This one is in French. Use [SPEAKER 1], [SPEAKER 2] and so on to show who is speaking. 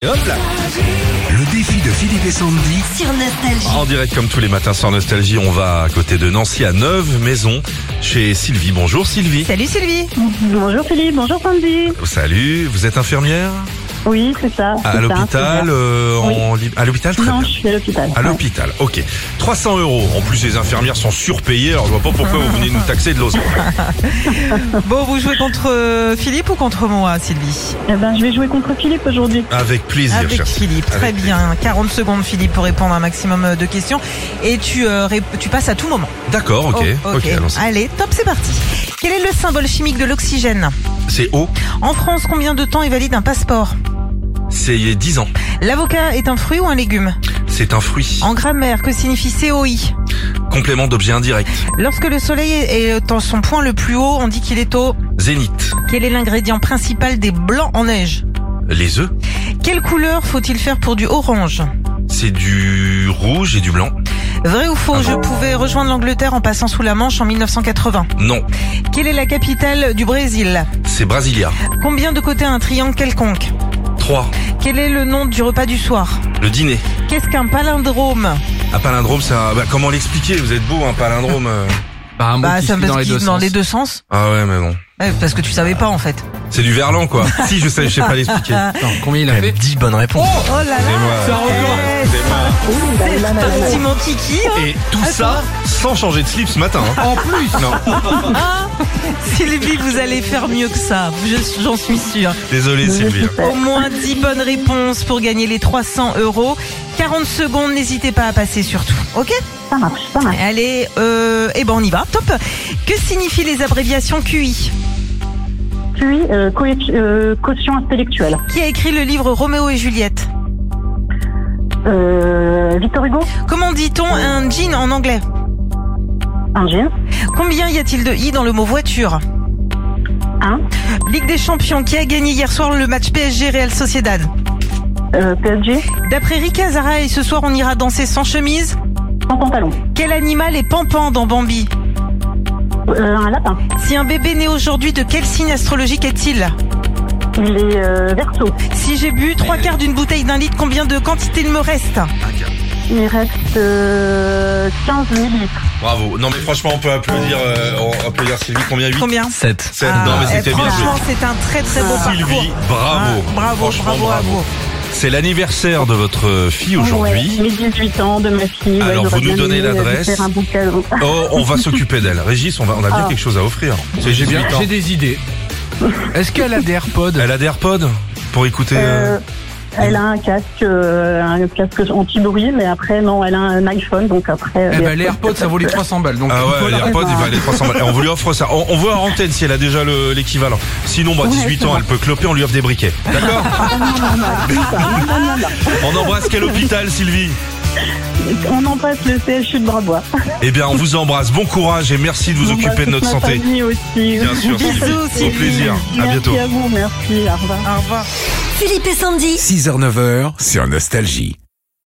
[SPEAKER 1] Et hop là
[SPEAKER 2] Le défi de Philippe et Sandy.
[SPEAKER 3] sur Nostalgie.
[SPEAKER 1] En direct comme tous les matins sans nostalgie, on va à côté de Nancy à Neuve Maison chez Sylvie. Bonjour Sylvie.
[SPEAKER 3] Salut Sylvie
[SPEAKER 4] Bonjour Philippe, bonjour Sandy.
[SPEAKER 1] Salut, vous êtes infirmière
[SPEAKER 4] Oui, c'est ça. c'est
[SPEAKER 1] à
[SPEAKER 4] ça,
[SPEAKER 1] l'hôpital
[SPEAKER 4] c'est
[SPEAKER 1] euh, en li- à l'hôpital
[SPEAKER 4] ça.
[SPEAKER 1] très
[SPEAKER 4] Non,
[SPEAKER 1] bien.
[SPEAKER 4] je suis à l'hôpital.
[SPEAKER 1] À
[SPEAKER 4] ouais.
[SPEAKER 1] l'hôpital, ok. 300 euros. En plus, les infirmières sont surpayées, alors je vois pas pourquoi vous venez nous taxer de l'oseille.
[SPEAKER 5] Bon, vous jouez contre euh, Philippe ou contre moi, Sylvie
[SPEAKER 4] Eh ben, je vais jouer contre Philippe aujourd'hui.
[SPEAKER 1] Avec plaisir,
[SPEAKER 5] Avec
[SPEAKER 1] cher
[SPEAKER 5] Philippe, très
[SPEAKER 1] Avec
[SPEAKER 5] bien. 40 secondes, Philippe, pour répondre à un maximum euh, de questions. Et tu, euh, rép- tu passes à tout moment.
[SPEAKER 1] D'accord, ok.
[SPEAKER 5] Oh,
[SPEAKER 1] ok, allons-y.
[SPEAKER 5] Allez, top, c'est parti. Quel est le symbole chimique de l'oxygène
[SPEAKER 1] C'est haut,
[SPEAKER 5] En France, combien de temps est valide un passeport
[SPEAKER 1] c'est il y a 10 ans.
[SPEAKER 5] L'avocat est un fruit ou un légume
[SPEAKER 1] C'est un fruit.
[SPEAKER 5] En grammaire, que signifie COI
[SPEAKER 1] Complément d'objet indirect.
[SPEAKER 5] Lorsque le soleil est en son point le plus haut, on dit qu'il est au...
[SPEAKER 1] Zénith.
[SPEAKER 5] Quel est l'ingrédient principal des blancs en neige
[SPEAKER 1] Les œufs,
[SPEAKER 5] Quelle couleur faut-il faire pour du orange
[SPEAKER 1] c'est du rouge et du blanc.
[SPEAKER 5] Vrai ou faux,
[SPEAKER 1] Ah
[SPEAKER 5] je
[SPEAKER 1] bon
[SPEAKER 5] pouvais rejoindre l'Angleterre en passant sous la Manche en 1980.
[SPEAKER 1] Non,
[SPEAKER 5] Quelle est la capitale du Brésil
[SPEAKER 1] c'est Brasilia.
[SPEAKER 5] Combien de côtés a un triangle quelconque
[SPEAKER 1] 3.
[SPEAKER 5] Quel est le nom du repas du soir
[SPEAKER 1] Le dîner.
[SPEAKER 5] Qu'est-ce qu'un palindrome
[SPEAKER 1] Un palindrome, ça. Bah, comment l'expliquer Vous êtes beau, un palindrome. euh.
[SPEAKER 6] Bah, un
[SPEAKER 5] Bah,
[SPEAKER 6] bon
[SPEAKER 5] ça
[SPEAKER 6] kiff
[SPEAKER 5] me
[SPEAKER 6] dans les deux
[SPEAKER 5] dans
[SPEAKER 6] sens.
[SPEAKER 5] les deux sens.
[SPEAKER 1] Ah ouais, mais bon.
[SPEAKER 5] Ouais, parce que tu savais pas en fait.
[SPEAKER 1] C'est du verlan, quoi. si, je sais, je sais pas l'expliquer. euh,
[SPEAKER 6] Attends, combien il a fait
[SPEAKER 2] 10 bonnes réponses.
[SPEAKER 5] Oh là là
[SPEAKER 1] Excusez-moi.
[SPEAKER 5] Eh, C'est parti mon kiki
[SPEAKER 1] Et tout ça sans changer de slip ce matin. hein.
[SPEAKER 6] En plus
[SPEAKER 1] Non,
[SPEAKER 5] hein? Sylvie, vous allez faire mieux que ça, Je- j'en suis sûre.
[SPEAKER 1] désolé Sylvie. hein.
[SPEAKER 5] Au moins 10 bonnes réponses pour gagner les 300 euros. 40 secondes, n'hésitez pas à passer surtout, ok
[SPEAKER 4] Ça marche, ça marche.
[SPEAKER 5] Allez, euh, eh ben on y va, top. Que signifient les abréviations QI
[SPEAKER 4] Puis, euh, co- euh, caution intellectuelle.
[SPEAKER 5] Qui a écrit le livre Roméo et Juliette
[SPEAKER 4] Euh, Victor Hugo,
[SPEAKER 5] Comment dit-on un jean en anglais
[SPEAKER 4] un jean.
[SPEAKER 5] Combien y a-t-il de i dans le mot voiture
[SPEAKER 4] Un.
[SPEAKER 5] Ligue des champions, qui a gagné hier soir le match PSG Real Sociedad
[SPEAKER 4] Euh, PSG,
[SPEAKER 5] D'après Rika Zara, et ce soir on ira danser sans chemise
[SPEAKER 4] sans pantalon.
[SPEAKER 5] Quel animal est pampan dans Bambi
[SPEAKER 4] Euh, un lapin.
[SPEAKER 5] Si un bébé né aujourd'hui, de quel signe astrologique est-il
[SPEAKER 4] Il est euh, verso.
[SPEAKER 5] Si j'ai bu trois quarts d'une bouteille d'un litre, combien de quantité il me reste
[SPEAKER 4] Il reste euh, 15 millilitres.
[SPEAKER 1] Bravo. Non, mais franchement, on peut applaudir, euh, on applaudir Sylvie. Combien 8
[SPEAKER 5] Combien
[SPEAKER 6] 7.
[SPEAKER 1] Sept.
[SPEAKER 5] Ah,
[SPEAKER 1] non, mais
[SPEAKER 5] eh,
[SPEAKER 1] c'était bien joué.
[SPEAKER 5] Franchement, c'est un très très beau parcours.
[SPEAKER 1] Sylvie, bravo.
[SPEAKER 5] Ah, bravo,
[SPEAKER 1] Franchement,
[SPEAKER 5] bravo, à vous.
[SPEAKER 1] C'est l'anniversaire de votre fille aujourd'hui.
[SPEAKER 4] Ouais, mes 18 ans de ma fille.
[SPEAKER 1] Alors,
[SPEAKER 4] j'aurais
[SPEAKER 1] vous nous
[SPEAKER 4] bien
[SPEAKER 1] donnez
[SPEAKER 4] aimé, euh, lui
[SPEAKER 1] l'adresse.
[SPEAKER 4] faire un bon cadeau.
[SPEAKER 1] Oh, on va s'occuper d'elle. Régis, on, va, on a bien
[SPEAKER 4] Ah.
[SPEAKER 1] quelque chose à offrir. C'est
[SPEAKER 6] J'ai bien,
[SPEAKER 1] 18 ans.
[SPEAKER 6] j'ai des idées. Est-ce qu'elle a des AirPods
[SPEAKER 1] Elle a des AirPods pour écouter. euh,
[SPEAKER 4] Euh, elle a un casque, euh, un casque anti-bruit, mais après, non, elle a un iPhone, donc après. euh,
[SPEAKER 6] Eh
[SPEAKER 4] il y a-
[SPEAKER 6] ben, les AirPods, ça vaut les 300 balles. Donc,
[SPEAKER 1] Ah ouais,
[SPEAKER 6] voilà.
[SPEAKER 1] les AirPods, il va aller 300 balles. Et On vous lui offre ça. On, on voit en antenne si elle a déjà le- l'équivalent. Sinon, bah,
[SPEAKER 4] Ouais,
[SPEAKER 1] 18
[SPEAKER 4] c'est
[SPEAKER 1] ans,
[SPEAKER 4] bon.
[SPEAKER 1] elle peut cloper, on lui offre des briquets. D'accord
[SPEAKER 4] Ah,
[SPEAKER 1] On embrasse quel hôpital, Sylvie
[SPEAKER 4] On en passe le CHU de Brabois.
[SPEAKER 1] Eh bien, on vous embrasse. Bon courage et merci de vous occuper de notre
[SPEAKER 4] bah, Ma
[SPEAKER 1] santé.
[SPEAKER 4] famille aussi.
[SPEAKER 1] Bien sûr.
[SPEAKER 5] Bisous,
[SPEAKER 1] Au
[SPEAKER 5] Sylvie.
[SPEAKER 1] plaisir. À
[SPEAKER 4] Merci
[SPEAKER 1] bientôt.
[SPEAKER 4] à vous, merci, au revoir.
[SPEAKER 5] Au revoir.
[SPEAKER 3] Philippe et Sandy.
[SPEAKER 2] 6h, 9h sur Nostalgie.